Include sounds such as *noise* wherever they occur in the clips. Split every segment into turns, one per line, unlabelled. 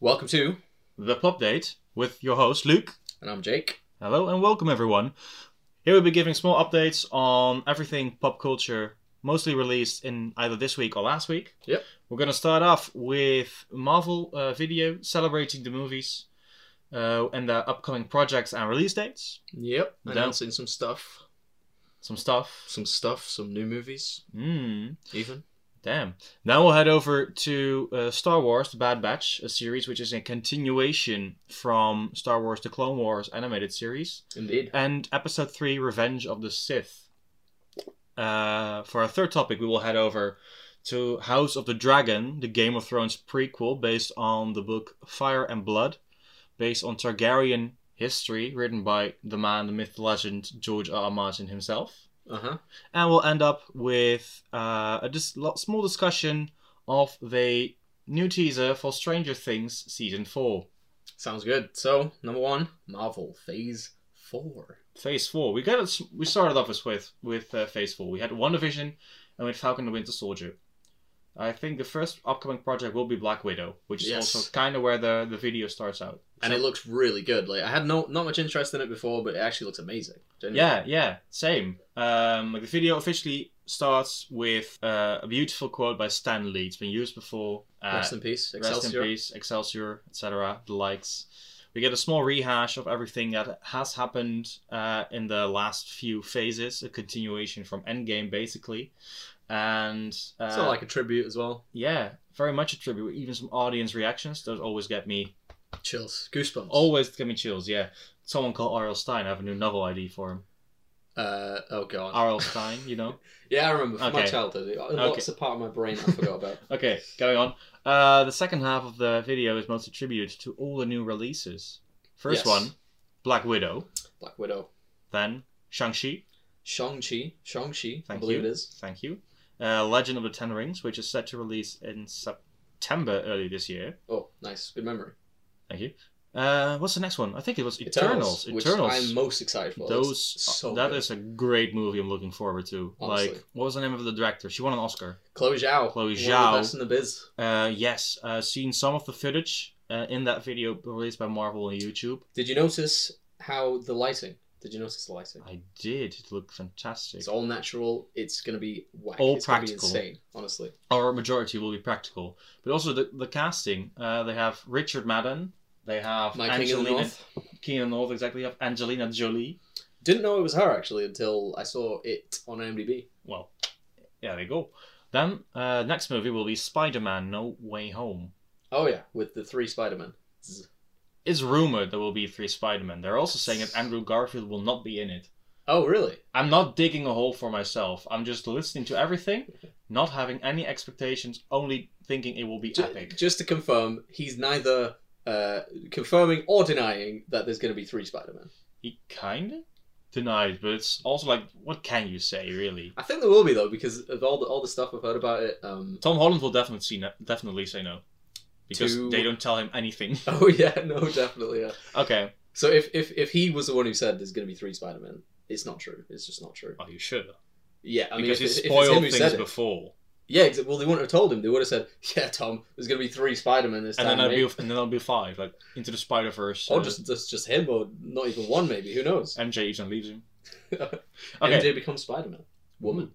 Welcome to,
The Plop Date with your host Luke.
and I'm Jake.
Hello and welcome everyone. Here we'll be giving small updates on everything pop culture, mostly released in either this week or last week.
Yep.
We're gonna start off with Marvel uh, Video celebrating the movies uh, and their upcoming projects and release dates.
Yep,
Yeah.
announcing some stuff,
Some stuff.
some stuff, some new movies,
Hmm.
even.
Damn. Now we'll head over to uh, Star Wars The Bad Batch, a series which is a continuation from Star Wars The Clone Wars animated series,
Indeed.
and Episode 3 Revenge of the Sith. Uh, for our third topic, we will head over to House of the Dragon, the Game of Thrones prequel based on the book Fire and Blood, based on Targaryen history, written by the man, the myth, the legend, George R. R. Martin himself
Uh huh.
and we'll end up with uh, a dis- lo- small discussion of the new teaser for Stranger Things season four,
Sounds good. So, number one, Marvel Phase 4.
phase four. We got it. s- We started off as with with uh, phase four. We had One Division and with Falcon and the Winter Soldier. I think the first upcoming project will be Black Widow, which is
Yes.
also kind of where the, the video starts out.
And
So-
it looks really good. Like, I had no not much interest in it before, but it actually looks amazing. Genuinely.
Yeah, yeah, same. Um, like the video officially starts with uh, a beautiful quote by Stan Lee. It's been used before. Uh,
Rest in peace,
Rest in
Excelsior.
peace, Excelsior, etc. The likes. We get a small rehash of everything that has happened uh, in the last few phases, a continuation from Endgame, basically. And uh,
It's not like a tribute as well.
yeah, very much a tribute. Even some audience reactions. Those always get me,
Chills, goosebumps.
always get me chills. Yeah. Someone called R.L. Stein. I have a new novel ID for him.
Uh, oh god. *laughs*
R.L. Stein, you know.
Yeah, I remember from my
Okay.
childhood. It unlocks a part of my brain I forgot about.
Okay, going on. Uh, the second half of the video is mostly tribute to all the new releases. First
Yes.
one, Black Widow.
Black Widow,
Then Shang Chi.
Shang Chi, Shang Chi. I
Thank
believe
you.
it is.
Thank you. Uh, Legend of the Ten Rings, which is set to release in September early this year.
Oh, nice, good memory.
Thank you. Uh, what's the next one? I think it was Eternals.
Eternals,
Eternals.
which I'm most excited for.
Those uh,
It's so
that
good.
is a great movie. I'm looking forward to.
Honestly.
Like, what was the name of the director? She won an Oscar.
Chloe Zhao,
Chloe
one
Zhao.
of the best in the biz.
Uh, yes, uh, seen some of the footage uh, in that video released by Marvel on YouTube.
Did you notice how the lighting? Did you notice the lighting?
I did. It looked fantastic.
It's all natural. It's gonna be whack.
All
it's
practical.
Gonna be insane, honestly.
Our majority will be practical, but also the the casting. Uh, they have Richard Madden. They have
My King of the
Angelina
North.
Keenan North exactly have Angelina Jolie.
Didn't know it was her actually until I saw it on IMDb.
Well, yeah, there you go. Then uh, next movie will be Spider-Man: No Way Home.
Oh yeah, with the three Spider-Men.
It's rumored there will be three Spider-Men. They're also saying that Andrew Garfield will not be in it.
Oh really?
I'm not digging a hole for myself. I'm just listening to everything, not having any expectations, only thinking it will be
Ju-
epic.
Just to confirm, he's neither uh, confirming or denying that there's going to be three Spider-Men.
He kinda denied, but it's also like, what can you say, really?
I think there will be though, because of all the all the stuff I've heard about it. Um,
Tom Holland will definitely see no- definitely say no because
To-
they don't tell him anything. *laughs*
*laughs* oh yeah, no, definitely. Yeah.
okay,
So if if if he was the one who said there's going to be three Spider-Men, it's not true. It's just not true.
oh, you should.
Yeah, I mean,
because
if,
he
it- if it's him
spoiled
who
things
said it,
before,
yeah, exa- well, they wouldn't have told him. They would have said, "Yeah, Tom, there's going to be three Spider-Men this
and
time."
then I'll be
mate."
and then I'll be five, like into the uh, Spider Verse.
or just, just just him, or not even one, maybe. Who knows?
MJ even leaves
*laughs*
him.
okay.
Okay,
MJ becomes Spider-Man. Woman.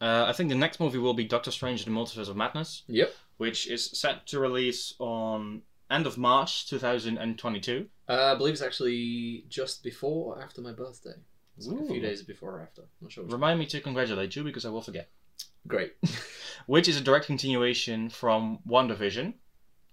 uh, I think the next movie will be Doctor Strange: and The Multiverse of Madness.
Yep.
which is set to release on end of March 2022.
Uh, I believe it's actually just before or after my birthday. It's like a few
Ooh.
days before or after. not sure. Which
Remind me to congratulate you because I will forget.
Great.
Which is a direct continuation from One Division.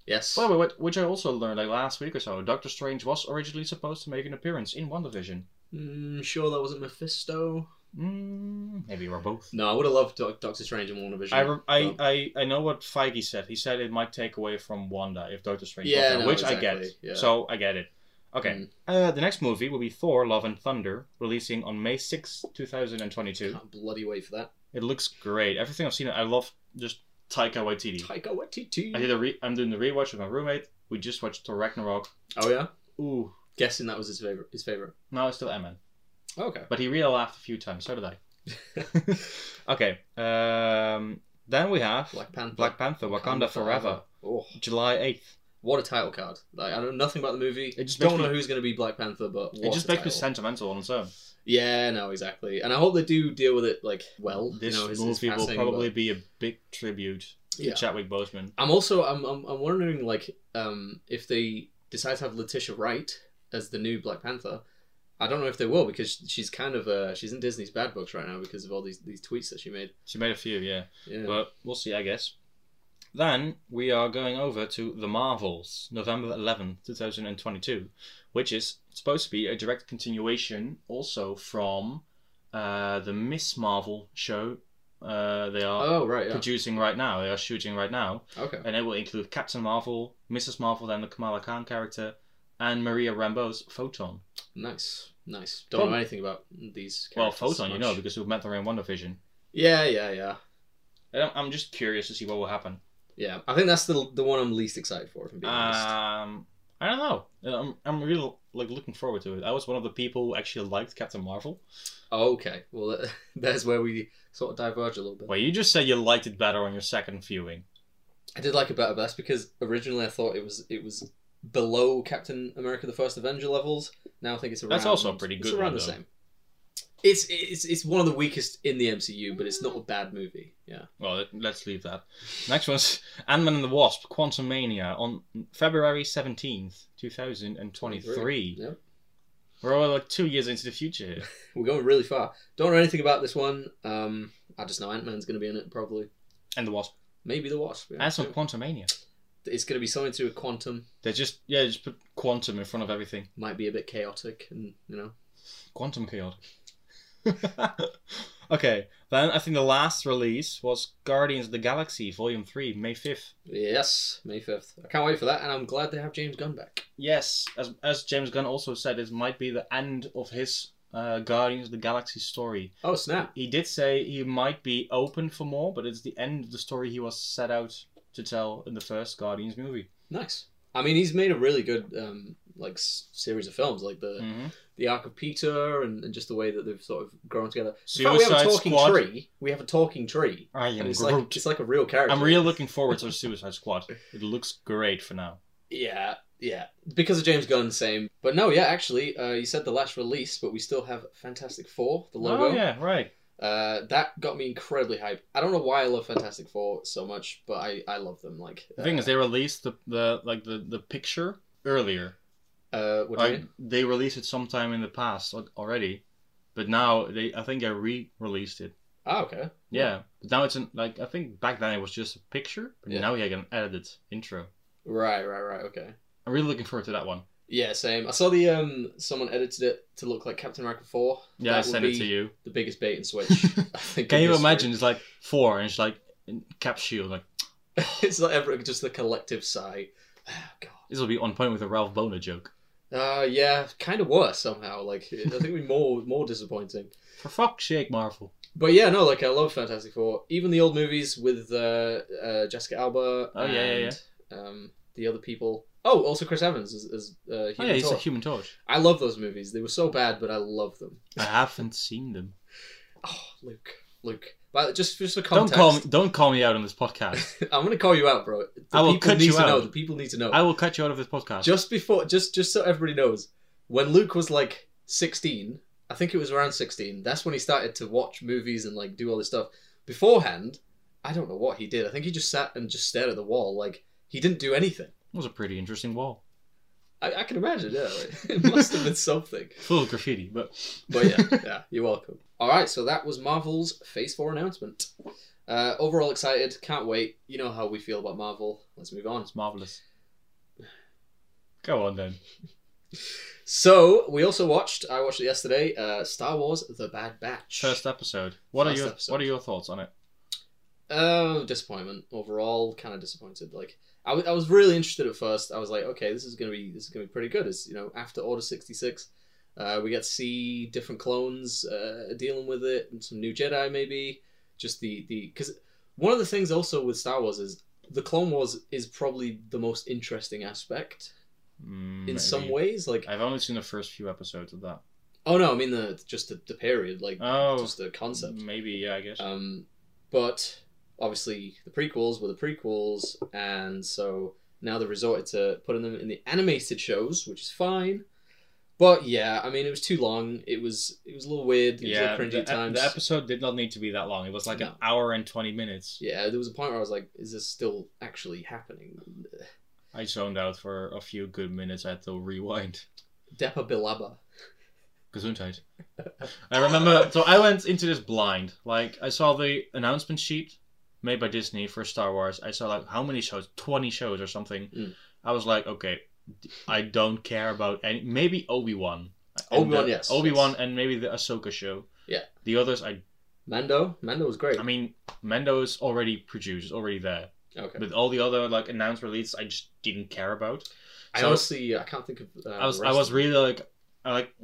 Yes.
By the way, what- which I also learned like last week or so, Doctor Strange was originally supposed to make an appearance in One Division.
Mm, sure, that wasn't Mephisto.
Mm, maybe we're both.
No, I would have loved Doc- Doctor Strange and WandaVision.
I, re- I,
Um,
I, I know what Feige said. He said it might take away from Wanda if Doctor Strange
Yeah,
was there,
no,
which I get.
exactly, yeah.
So I get it. Okay.
Mm.
Uh, the next movie will be Thor: Love and Thunder, releasing on May sixth, two 2022.
can't bloody wait for that.
It looks great. Everything I've seen, I love just Taika Waititi.
Taika Waititi.
I did a re- I'm doing the rewatch with my roommate. We just watched Thor Ragnarok.
Oh yeah.
Ooh.
Guessing that was his favorite. His favorite. Oh,
No, it's still Ant-Man.
Okay.
But he really laughed a few times. So did
*laughs*
I. *laughs* okay. Um, then we have
Black Panther.
Black Panther: Wakanda Forever,
Oh,
July 8th.
What a title card! Like I know nothing about the movie.
It just
don't
makes me-
know who's going to be Black Panther, but
it
what
just
a
makes
title.
me sentimental on its own.
Yeah, no, exactly. And I hope they do deal with it like well.
This
you know, his, his
movie will
passing,
probably be a big tribute
but-
to
Yeah.
Chadwick Boseman.
I'm also I'm, I'm I'm wondering like um if they decide to have Letitia Wright as the new Black Panther. I don't know if they will because she's kind of uh she's in Disney's bad books right now because of all these these tweets that she made.
She made a few, yeah.
Yeah.
But we'll see, I guess. Then we are going over to The Marvels, November 11th, 2022, which is supposed to be a direct continuation also from uh, the Miss Marvel show uh, they are
oh right, yeah.
producing right now, they are shooting right now,
Okay.
and it will include Captain Marvel, Mrs. Marvel, then the Kamala Khan character, and Maria Rambeau's Photon.
Nice. Nice. Don't
Prob-
know anything about these
Well,
characters.
Photon, you
much.
know, because we've met her in WandaVision.
Yeah, yeah, yeah.
And I'm- I'm just curious to see what will happen.
Yeah. I think that's the the one I'm least excited for, if I'm being honest.
Um, I don't know. Uh, I'm, I'm really like looking forward to it. I was one of the people who actually liked Captain Marvel.
Oh, Okay. Well, *laughs* there's where we sort of diverge a little bit.
Well, you just said you liked it better on your second viewing.
I did like it better, but that's because originally I thought it was it was below Captain America: The First Avenger levels. Now I think it's around.
That's also a pretty
It's
good
around
one,
the
though.
same. It's it's it's one of the weakest in the MCU, but it's not a bad movie. Yeah.
Well, let- let's leave that. Next one's *laughs* Ant Man and the Wasp: Quantum Mania on February seventeenth, two thousand and twenty-three.
Yep.
We're all like two years into the future here.
We're going really far. Don't know anything about this one. Um, I just know Ant Man's going to be in it probably.
and the Wasp.
Maybe the Wasp. *laughs* yeah.
And some Quantum Mania.
It's going to be something to do with quantum.
They just yeah, just put quantum in front of everything.
Might be a bit chaotic, and you know.
Quantum chaotic. *laughs* okay, then I think the last release was Guardians of the Galaxy Volume 3, May 5th.
Yes, May fifth. I can't wait for that, and I'm glad they have James Gunn back.
Yes, as, as James Gunn also said, this might be the end of his uh, Guardians of the Galaxy story.
Oh snap!
He did say he might be open for more, but it's the end of the story he was set out to tell in the first Guardians movie.
Nice. I mean, he's made a really good um, like s- series of films, like the
Mm-hmm.
the Arc of Peter, and, and just the way that they've sort of grown together. In fact, we have a
Suicide
talking
Squad.
tree. We have a talking tree.
I am
And it's
Groot.
like it's like a real character.
I'm really looking forward to the Suicide Squad. It looks great for now.
Yeah, yeah. Because of James Gunn, same. But no, yeah. Actually, uh, you said the last release, but we still have Fantastic Four, the logo.
Oh, yeah, right.
Uh, that got me incredibly hyped. I don't know why I love Fantastic Four so much, but I, I love them. Like
The thing
uh,
is, they released the, the like the, the picture earlier.
uh, what do you
Like,
mean?
they released it sometime in the past al- already, but now they I think they re-released it.
Ah, okay.
Yeah, but now it's an, like I think back then it was just a picture, but
Yeah.
now you get an edited intro.
Right, right, right. Okay.
I'm really looking forward to that one.
Yeah, same. I saw the um someone edited it to look like Captain America Four.
Yeah, I
that would
sent it
be
to you.
The biggest
*laughs*
bait and switch. I think
Can
in
you
history.
imagine? It's like four, and it's like in cap shield. Like
*laughs* it's like every, just the collective sigh. *sighs* Ah, God.
this will be on point with a Ralph Boner joke.
Uh, yeah, kind of worse somehow. Like I think we more more disappointing.
For fuck's sake, Marvel.
But yeah, no, like I love Fantastic Four. Even the old movies with uh, uh, Jessica Alba.
Oh, yeah, yeah,
yeah. Um, the other people. Oh, also Chris Evans as, as uh,
Oh,
Human
yeah, he's a
Torch.
Human Torch.
I love those movies. They were so bad, but I love them.
I haven't seen them.
Oh, Luke, Luke. But just just for *laughs*
Don't
context,
call me. Don't call me out on
*laughs*
this podcast.
I'm gonna call you out, bro. The
I will
people
cut
need
you
to know.
out.
The people need to know.
I will cut you out of this podcast.
Just before, just just so everybody knows, when Luke was like 16, I think it was around 16. That's when he started to watch movies and like do all this stuff. Beforehand, I don't know what he did. I think he just sat and just stared at the wall. Like he didn't do anything.
It was a pretty interesting wall.
I, I can imagine. Yeah, like, *laughs* it must have been something.
Full of graffiti, but *laughs*
But yeah, yeah, you're welcome. All right, so that was Marvel's Phase Four announcement. Uh, overall excited, can't wait. You know how we feel about Marvel. Let's move on.
It's marvelous. Go on then.
So we also watched. I watched it yesterday. Uh, Star Wars: The Bad Batch.
First episode. What
First
are your
episode.
What are your thoughts on it?
Oh, disappointment overall. Kind of disappointed. Like I, w- I was really interested at first. I was like, okay, this is gonna be this is gonna be pretty good. It's you know after Order sixty six, uh, we get to see different clones uh, dealing with it and some new Jedi maybe. Just the the because one of the things also with Star Wars is the Clone Wars is probably the most interesting aspect
Mm,
in
maybe.
some ways. Like
I've only seen the first few episodes of that.
oh no, I mean the just the, the period like
Oh,
just the concept. Uh,
maybe yeah. I guess.
Um, but obviously, the prequels were the prequels, and so Now they resorted to putting them in the animated shows, which is fine. But yeah, I mean, it was too long. It was it was a little weird. It
yeah,
was a little cringy
the, e,
at times.
the episode did not need to be that long. It was like an
No.
hour and twenty minutes.
yeah, there was a point where I was like, "Is this still actually happening?"
I zoned out for a few good minutes. I had to rewind.
Depa Bilaba.
Gesundheit. I remember. So I went into this blind. Like I saw the announcement sheet made by Disney for Star Wars. I saw like how many shows, twenty shows or something.
Mm.
I was like, okay, I don't care about any. Maybe Obi Wan.
Obi-Wan, yes,
Obi Wan,
yes.
and maybe the Ahsoka show.
Yeah.
The others, I.
Mando. Mando was great.
I mean, Mendo is already produced, it's already there.
okay.
But all the other like announced releases, I just didn't care about.
I
so-
honestly, I can't think of. Uh,
I was
the
I
rest
was
of-
really like I like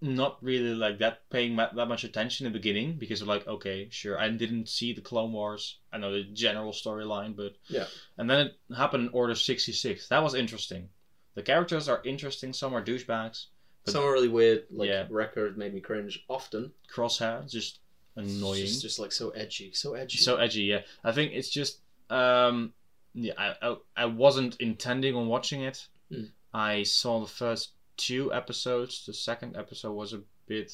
not really like that paying ma- that much attention in the beginning because of like okay sure I didn't see the Clone Wars I know the general storyline but
Yeah.
and then it happened in Order sixty six that was interesting the characters are interesting some are douchebags but-
some are really weird. Like
Yeah.
record made me cringe often.
crosshair just annoying
It's just, just like so edgy, so edgy.
so edgy yeah I think it's just um yeah I I, I wasn't intending on watching it
Mm.
I saw the first two episodes the second episode was a bit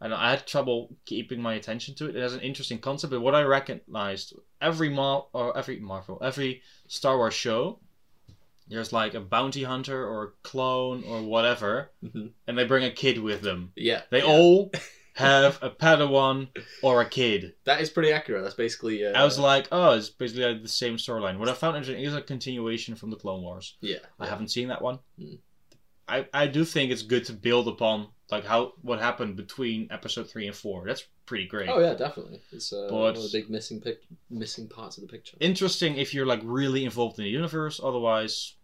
I don't, I had trouble keeping my attention to it it has an interesting concept but what I recognized every Mar or every Marvel every Star Wars show there's like a bounty hunter or a clone or whatever
Mhm.
and they bring a kid with them
yeah,
they
yeah.
all have a Padawan or a kid
That is pretty accurate. That's basically. Uh,
I was like, oh, it's basically like the same storyline. What I found interesting is a continuation from the Clone Wars.
yeah.
I haven't seen that one.
Mm.
I, I do think it's good to build upon like how what happened between episode three and four. That's pretty great.
Oh yeah, definitely. It's uh,
But-
one of the big missing pic- missing parts of the picture.
Interesting if you're like really involved in the universe. Otherwise,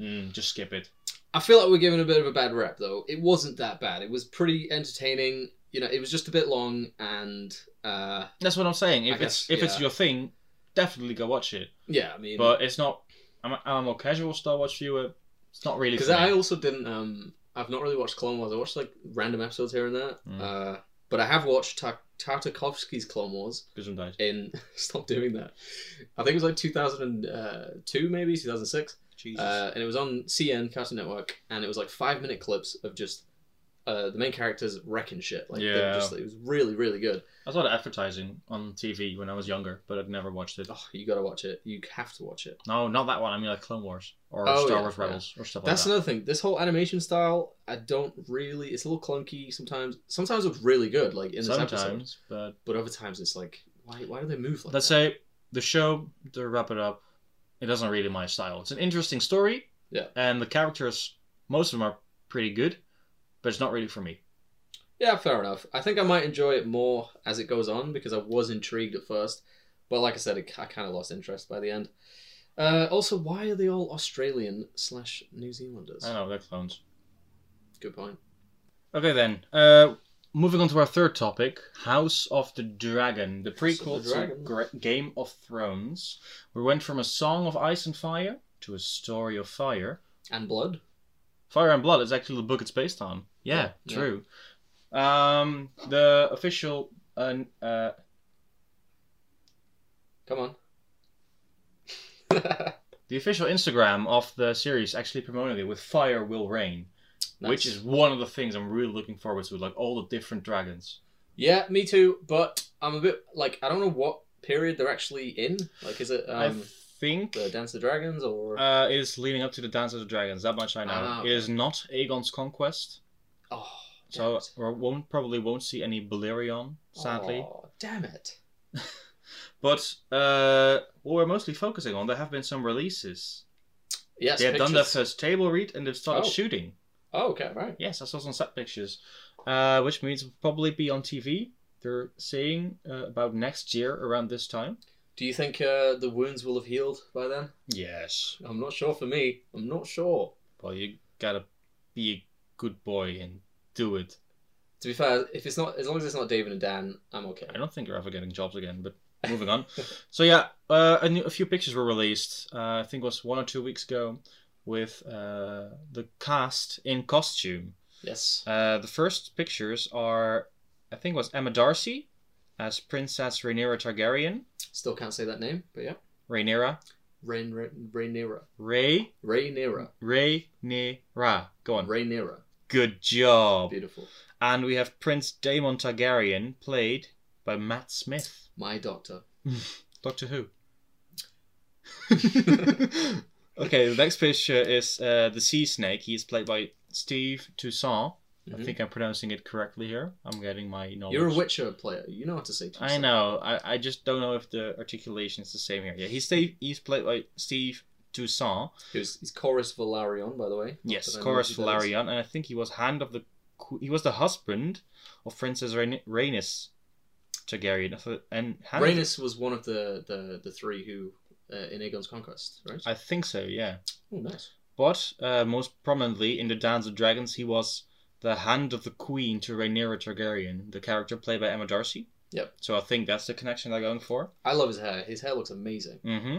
mm, just skip it.
I feel like we're giving a bit of a bad rep though. It wasn't that bad. It was pretty entertaining. You know, it was just a bit long and uh,
That's what I'm saying.
I
If it's
guess,
if it's
yeah.
your thing, definitely go watch it.
yeah. I mean,
But it's not. I'm a, I'm a more casual Star Wars viewer. It's not really.
because
for
I
me.
also didn't. Um, I've not really watched Clone Wars. I watched like random episodes here and there.
Mm.
Uh, but I have watched Tar- Tartakovsky's Clone Wars.
Gesundheit.
in *laughs* stop doing that. I think it was like 2002, uh, maybe 2006,
Jesus.
uh, and it was on CN Cartoon Network, and it was like five minute clips of just uh, the main characters wrecking shit. Like, they were
Yeah.
just, it was really, really good.
I saw the advertising on TV when I was younger, but I'd never watched it.
Oh, you gotta watch it. You have to watch it.
No, not that one. I mean like Clone Wars or
Oh,
Star
yeah,
Wars Rebels or stuff
That's
like
another thing. This whole animation style, I don't really. It's a little clunky sometimes. Sometimes it's really good, like in
that.
this episode,
Sometimes, but
but other times it's like, why? Why do they move like
let's
that?
say the show to wrap it up. It doesn't really my style. It's an interesting story.
Yeah.
And the characters, most of them are pretty good, but it's not really for me.
Yeah, fair enough. I think I might enjoy it more as it goes on because I was intrigued at first, but like I said, I kind of lost interest by the end. Uh, also, why are they all Australian slash New Zealanders?
I know they're clones.
Good point.
Okay then. Uh, moving on to our third topic, House of the Dragon, the
House of
prequel
the Dragon.
to Gra- Game of Thrones. We went from a song of ice and fire to a story of fire.
And blood.
Fire and Blood is actually the book it's based on. Yeah,
Yeah,
true. Um, the official uh, uh,
Come on. *laughs*
the official Instagram of the series actually promoted it with "Fire Will Rain,"
Nice.
which is one of the things I'm really looking forward to, like all the different dragons.
yeah, me too. But I'm a bit like I don't know what period they're actually in. Like, is it
I
um,
think
the Dance of Dragons or?
uh, it is leading up to the Dance of the Dragons. That much I know.
Ah,
It is not Aegon's conquest,
oh, damn
so
it.
we won't probably won't see any Balerion, sadly.
Aw, damn it.
But uh, what we're mostly focusing on, there have been some releases.
Yes,
they have done their
pictures.
first table read and they've started
Oh.
shooting.
Oh, okay, right.
Yes, I saw some set pictures, uh, which means it'll probably be on TV. They're saying uh, about next year around this time.
Do you think uh, the wounds will have healed by then?
Yes.
I'm not sure for me. I'm not sure.
Well, you gotta be a good boy and do it.
To be fair, if it's not as long as it's not David and Dan, I'm okay.
I don't think you're ever getting jobs again, but moving on. so yeah, uh, a, new, a few pictures were released. Uh, I think it was one or two weeks ago, with uh, the cast in costume.
Yes.
Uh, the first pictures are, I think, it was Emma Darcy as Princess Rhaenyra Targaryen.
Still can't say that name, but yeah.
Rhaenyra.
Rain, Rhaenyra.
Ray,
Rhaenyra.
Ray, Ne, Ra. Go on.
Rhaenyra.
Good job.
Beautiful.
And we have Prince Daemon Targaryen, played by Matt Smith.
My doctor.
Doctor Who. *laughs* okay, the next picture is uh, the sea snake. He is played by Steve Toussaint. I
Mhm.
think I'm pronouncing it correctly here. I'm getting my knowledge.
You're a Witcher player. You know how to say.
I know. I, I just don't know if the articulation is the same here. Yeah, he's Steve, he's played by Steve Toussaint.
He's, he's Chorus Valarion, by the way.
Yes,
But I know
Chorus
who that is.
Valerian, and I think he was hand of the que- he was the husband of Princess Rhaen- Rhaenys Targaryen. I thought- And hand of-
Rhaenys was one of the the, the three who uh, in Aegon's conquest, right?
I think so. Yeah.
oh, nice.
But uh, most prominently in the Dance of Dragons, he was the hand of the queen to Rhaenyra Targaryen, the character played by Emma Darcy.
Yep.
So I think that's the connection they're going for.
I love his hair. His hair looks amazing.
hmm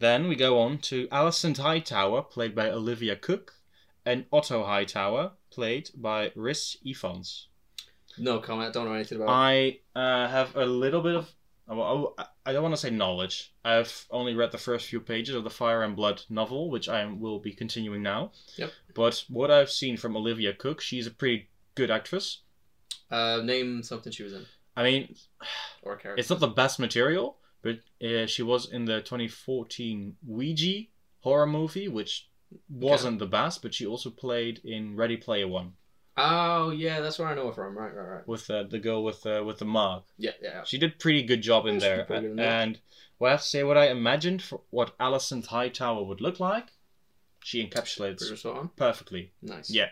Then we go on to Alison Hightower, played by Olivia Cook, and Otto Hightower, played by Rhys Ifans.
No comment. Don't know anything about.
I uh, have a little bit of. Well, I- I don't want to say knowledge. I've only read the first few pages of the Fire and Blood novel, which I will be continuing now.
Yep.
But what I've seen from Olivia Cook, she's a pretty good actress.
it. Uh, name something she was in
I mean,
or a character.
it's not the best material, but uh, she was in the 2014 Ouija horror movie, which wasn't the best, but she also played in Ready Player One
Oh yeah, that's where I know her from. Right, right, right.
with uh, the girl with uh, with the mark.
Yeah, yeah.
She did pretty good job in
Yeah, she
there,
did pretty good in that.
and well, I have to say what I imagined for what Alison Hightower would look like, she encapsulates
Pretty much spot on.
perfectly.
Nice.
Yeah.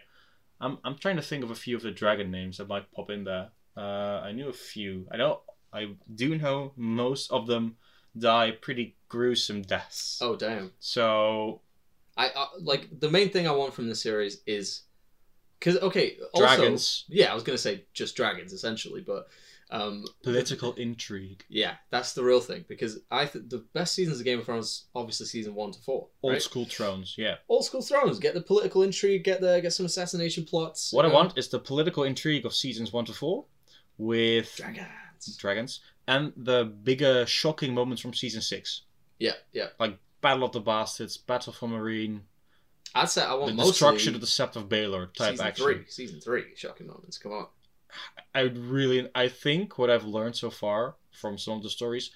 I'm I'm trying to think of a few of the dragon names that might pop in there. Uh, I knew a few. I don't. I do know most of them die pretty gruesome deaths.
Oh damn.
So
I uh, like the main thing I want from this series is because okay, also,
dragons,
Yeah, I was gonna say just dragons essentially, but um,
political intrigue,
yeah, that's the real thing because I th- the best seasons of Game of Thrones obviously season one to four.
old
right?
school thrones. Yeah.
old school Thrones. Get the political intrigue. Get the get some assassination plots.
What I
um,
want is the political intrigue of seasons one to four, with
Dragons.
dragons and the bigger shocking moments from season six,
Yeah, yeah.
Battle of the Bastards, Battle for Marine,
I'd say I
the
want mostly
destruction of the Sept of Baelor type
season
action.
three. Season three. Shocking moments. Come on.
I would really, I think what I've learned so far from some of the stories,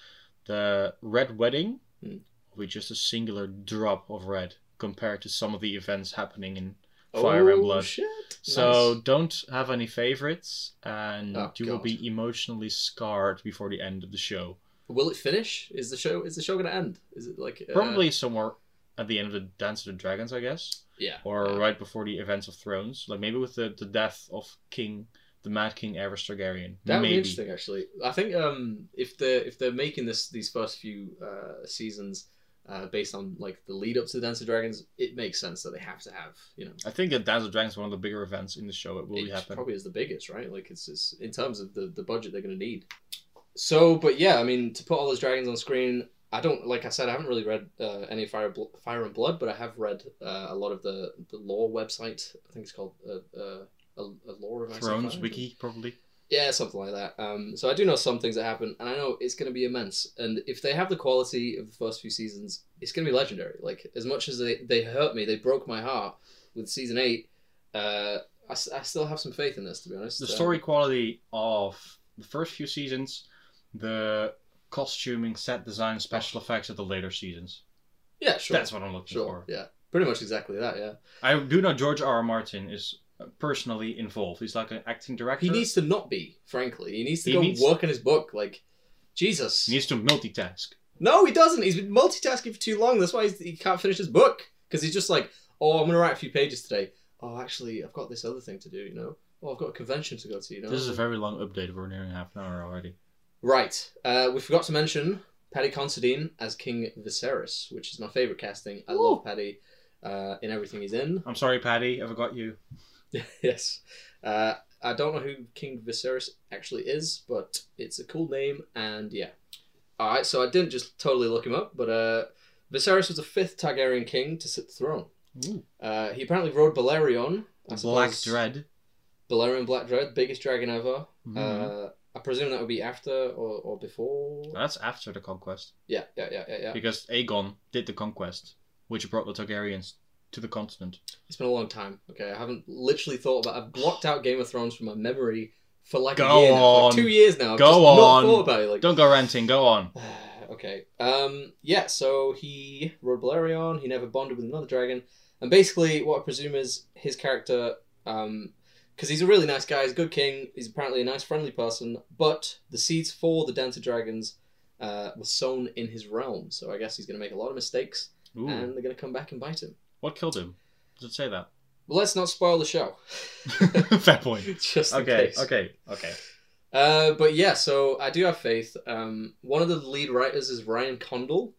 the red wedding
Hmm.
will be just a singular drop of red compared to some of the events happening in. Fire and
Oh,
blood.
Shit.
So
Nice.
don't have any favorites, and
Oh,
you will
God.
be emotionally scarred before the end of the show.
will it finish? Is the show is the show gonna end? Is it like uh,
Probably somewhere at the end of the Dance of the Dragons, I guess.
yeah.
or uh,
yeah.
right before the events of Thrones, like maybe with the, the death of King, the Mad King Aerys Targaryen.
That would
maybe.
be interesting, actually. I think um, if they're if they're making this these first few uh, seasons uh, based on like the lead up to the Dance of Dragons, it makes sense that they have to have you know.
I think that Dance of Dragons is one of the bigger events in the show. It will
it
happen.
probably is the biggest, right? Like it's just in terms of the the budget they're going to need. So, but yeah, I mean, to put all those dragons on screen, I don't like I said I haven't really read uh, any Fire Bl- Fire and Blood, but I have read uh, a lot of the the lore website. I think it's called uh, uh, a, a lore of Ice and
Thrones
Fire.
Wiki probably.
Yeah, something like that. Um, so I do know some things that happen, and I know it's going to be immense. And if they have the quality of the first few seasons, it's going to be legendary. Like as much as they, they hurt me, they broke my heart with season eight. Uh, I, s- I still have some faith in this, to be honest.
The
Uh,
story quality of the first few seasons, the costuming, set design, special effects of the later seasons.
yeah, sure,
That's what I'm looking
sure,
for.
yeah, pretty much exactly that. Yeah,
I do know George R. R. Martin is personally involved. He's like an acting director.
he needs to not be. Frankly, he needs to
He
go
needs-
work on his book. Like Jesus,
He needs to multitask.
No, he doesn't. He's been multitasking for too long. That's why he's, he can't finish his book because he's just like, oh, I'm gonna write a few pages today. Oh, actually, I've got this other thing to do. You know, oh, I've got a convention to go to. You know,
This is a very long update. We're nearing half an hour already.
right. Uh, we forgot to mention Paddy Considine as King Viserys, which is my favorite casting. I love Paddy uh, in everything he's in.
I'm sorry, Paddy. I forgot you.
*laughs* yes. Uh, I don't know who King Viserys actually is, but it's a cool name, and yeah. All right, so I didn't just totally look him up, but uh, Viserys was the fifth Targaryen king to sit the throne. Uh, he apparently rode Balerion. I
Black
suppose.
Dread. Mm-hmm.
Balerion Black Dread, biggest dragon ever. Uh, I presume that would be after or, or before.
That's after the conquest.
Yeah, yeah, yeah, yeah, yeah.
Because Aegon did the conquest, which brought the Targaryens to the continent.
It's been a long time. Okay, I haven't literally thought about. I've blocked out Game of Thrones from my memory for like
Go
a year now,
on.
like two years now. I've
Go
just
on.
Not thought about it. Like,
Don't go ranting, go on.
*sighs* okay. Um. Yeah. So he rode Balerion. He never bonded with another dragon, and basically, what I presume is his character. Um. Because he's a really nice guy. He's a good king. He's apparently a nice, friendly person. But the seeds for the Dance of Dragons uh, were sown in his realm. So I guess he's going to make a lot of mistakes,
Ooh.
and they're going to come back and bite him.
What killed him? Does it say that?
Well, let's not spoil the show. *laughs*
Fair point.
Just in
Okay,
case.
okay, okay.
Uh, but yeah, so I do have faith. Um, one of the lead writers is Ryan Condal.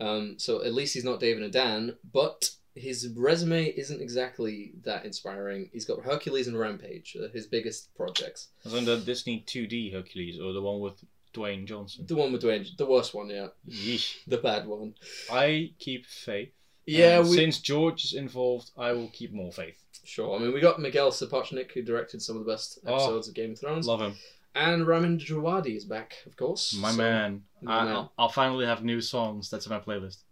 Um, so at least he's not David Adan, but his resume isn't exactly that inspiring. He's got Hercules and Rampage, uh, his biggest projects.
As in the Disney 2D Hercules, or the one with Dwayne Johnson.
The one with Dwayne, the worst one, yeah, *laughs*
Yeesh.
the bad one.
I keep faith.
Yeah,
and
we
Since George is involved, I will keep more faith.
sure. I mean, we got Miguel Sapochnik, who directed some of the best
Oh.
episodes of Game of Thrones,
Love him.
and Ramin Djawadi is back, of course.
My
So- *laughs*
man.
my
I,
man.
I'll, I'll finally have new songs that's in my playlist.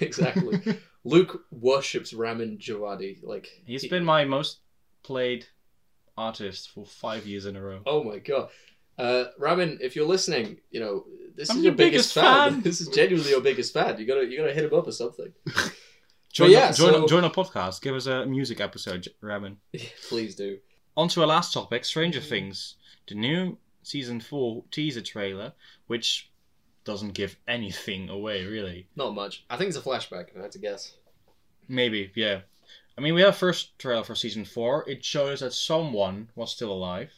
exactly.
*laughs*
Luke worships Ramin Djawadi. Like
He's
he-
been my most played artist for five years in a row.
Oh my god. Uh, Ramin, if you're listening, you know this
I'm
is
your
your biggest,
biggest
fan.
fan.
*laughs* this is genuinely your biggest fan. You gotta you gotta hit him up or something. *laughs*
Join,
But yeah,
join,
so-
join our podcast. Give us a music episode, J- Ramen.
Please do.
On to our last topic
Mm.
Stranger Things. The new season 4 teaser trailer, which doesn't give anything away, really.
Not much. I think it's a flashback. If I had to guess.
Maybe, yeah. I mean, we have first trailer for season four. It shows that someone was still alive.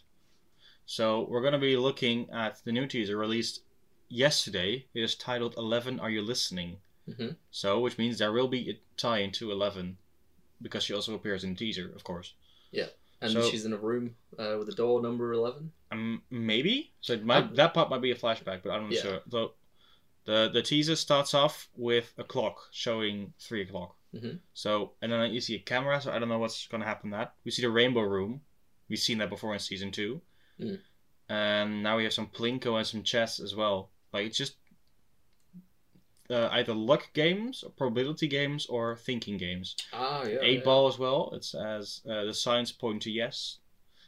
So we're going to be looking at the new teaser released yesterday. It is titled "11 Are You Listening?"
Mhm.
So, which means there will be a tie into Eleven, because she also appears in the teaser, of course.
And
So-
she's in a room uh, with a door number eleven.
Um, maybe. So it might,
Um,
that part might be a flashback, but I'm not
yeah.
sure. So the the teaser starts off with a clock showing three o'clock.
Mhm.
So and then you see a camera. So I don't know what's going to happen. That we see the rainbow room. We've seen that before in season two.
Mm.
And now we have some plinko and some chess as well. Like it's just uh, either luck games, or probability games, or thinking games
Ah, yeah.
eight
yeah.
ball as well. It says uh, the signs point to yes.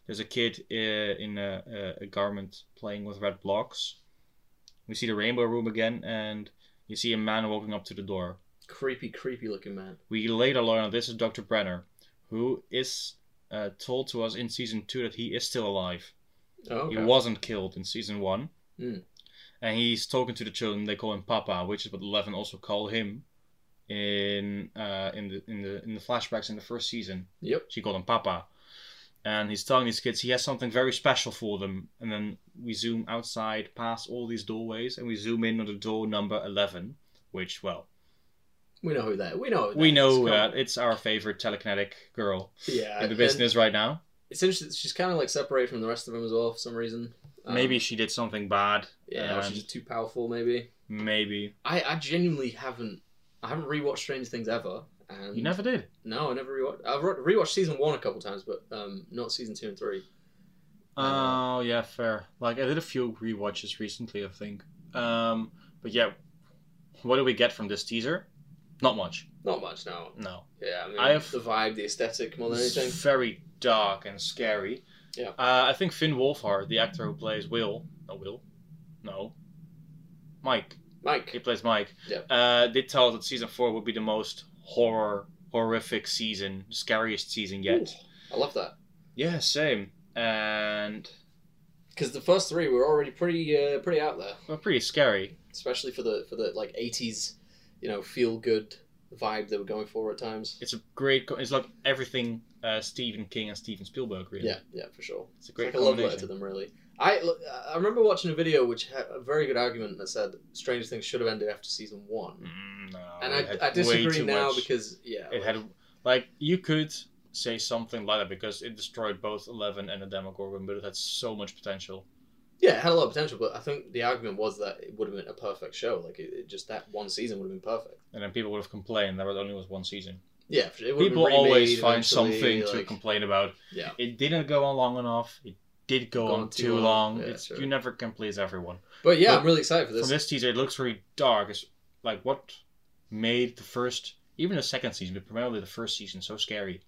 There's a kid uh, in a, a, a garment playing with red blocks. We see the rainbow room again, and you see a man walking up to the door.
Creepy, creepy looking man.
We later learn that this is Dr. Brenner, who is uh, told to us in season two that he is still alive.
Oh, okay.
He wasn't killed in season one.
Mm.
And he's talking to the children. They call him Papa, which is what Eleven also call him in uh, in the in the in the flashbacks in the first season.
Yep.
She called him Papa, and he's telling these kids he has something very special for them. And then we zoom outside past all these doorways, and we zoom in on the door number Eleven, which well
we know who that. We know. Who Oh, that
we
is.
know
Come
uh,
on.
it's our favorite telekinetic girl
Yeah.
in the
and
business right now.
It's interesting. She's kind of like separated from the rest of them as well for some reason. Um,
Maybe she did something bad.
Yeah. or
and
she's just too powerful. Maybe.
maybe
I, I genuinely haven't. I haven't rewatched Stranger Things ever. And
you never did.
No, I never rewatched. I've re- rewatched season one a couple times, but um, not season two and three.
Oh yeah, fair. Like I did a few rewatches recently, I think. Um, but yeah, what do we get from this teaser? Not much.
Not much now.
No,
Yeah, I mean,
I have-
the vibe, the aesthetic, more than
it's
anything.
very dark and scary.
Yeah.
Uh, I think Finn Wolfhard, the actor who plays Will, no Will, no, Mike, he
Mike,
plays Mike.
Yeah.
Uh, did tell us that season four would be the most horror horrific season, scariest season yet.
I love that
Yeah, same. And
because the first three were already pretty, uh, pretty out there,
well, pretty scary.
especially for the for the like eighties, you know, feel good vibe they were going for at times.
It's a great. Co- it's like everything uh, Stephen King and Steven Spielberg. Really,
Yeah, yeah, for sure.
it's a
It's
great
like a love letter to
combination.
them, really. I I remember watching a video which had a very good argument that said Stranger Things should have ended after season one,
Mm, no,
and
it had
I, I
way
disagree
too
now
much-
because yeah,
it had like you could say something like that because it destroyed both Eleven and the Demogorgon, but it had so much potential.
Yeah, it had a lot of potential, but I think the argument was that it would have been a perfect show. Like, it, it just that one season would have been perfect.
And then people would have complained that it only was one season.
Yeah, it would have been
People always
remade
find
eventually,
something to
like-
complain about.
Yeah.
It didn't go on long enough. It did go
Gone
on
too
too long.
long. Yeah,
it's,
true.
You never can please everyone.
But yeah,
But
I'm really excited for this.
From this teaser, it looks really dark. It's like what made the first, even the second season, but primarily the first season, so scary.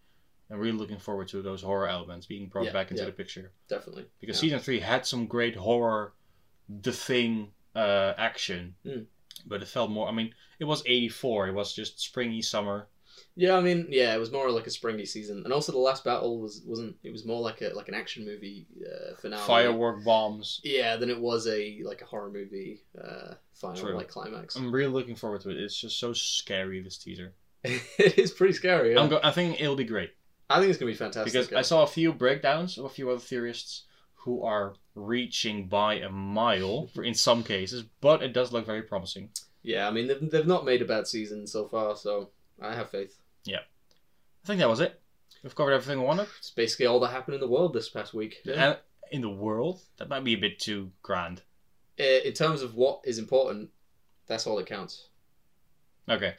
I'm really looking forward to those horror elements being brought
Yeah,
back into
yeah.
the picture
Definitely.
because
Yeah.
season three had some great horror, the thing uh, action,
Mm.
but it felt more. I mean, it was '84. It was just springy summer.
Yeah, I mean, yeah, it was more like a springy season, and also the last battle was wasn't. It was more like a like an action movie uh, finale.
Firework bombs.
Yeah, than it was a like a horror movie uh, final
True. Um,
like climax.
I'm really looking forward to it. It's just so scary this teaser.
*laughs* it is pretty scary. Yeah?
I'm go- I think it'll be great
I think it's gonna be fantastic.
because
yeah.
I saw a few breakdowns of a few other theorists who are reaching by
*laughs*
a mile for- in some cases, but it does look very promising.
yeah, I mean they've, they've not made a bad season so far, so I have faith.
I think that was it. We've covered everything we wanted.
It's basically all that happened in the world this past week.
And in the world, that might be a bit too grand.
Uh, in terms of what is important, that's all that counts.
Okay.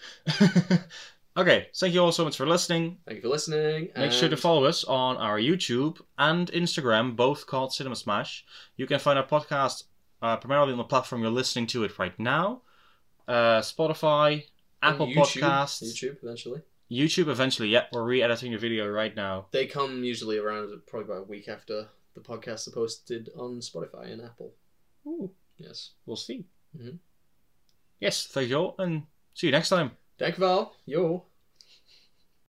*laughs* okay. Thank you all so much for listening.
Thank you for listening.
Make sure to
and-
follow us on our YouTube and Instagram, both called Cinema Smash. You can find our podcast uh, primarily on the platform you're listening to it right now uh, Spotify,
and
Apple
YouTube,
Podcasts, YouTube.
YouTube eventually.
eventually. Yeah, we're re editing the video right now.
They come usually around probably about a week after the podcasts are posted on Spotify and Apple. Yes.
we'll see.
Mhm.
Yes, thank you all, and see you next time.
Dankjewel. Yo.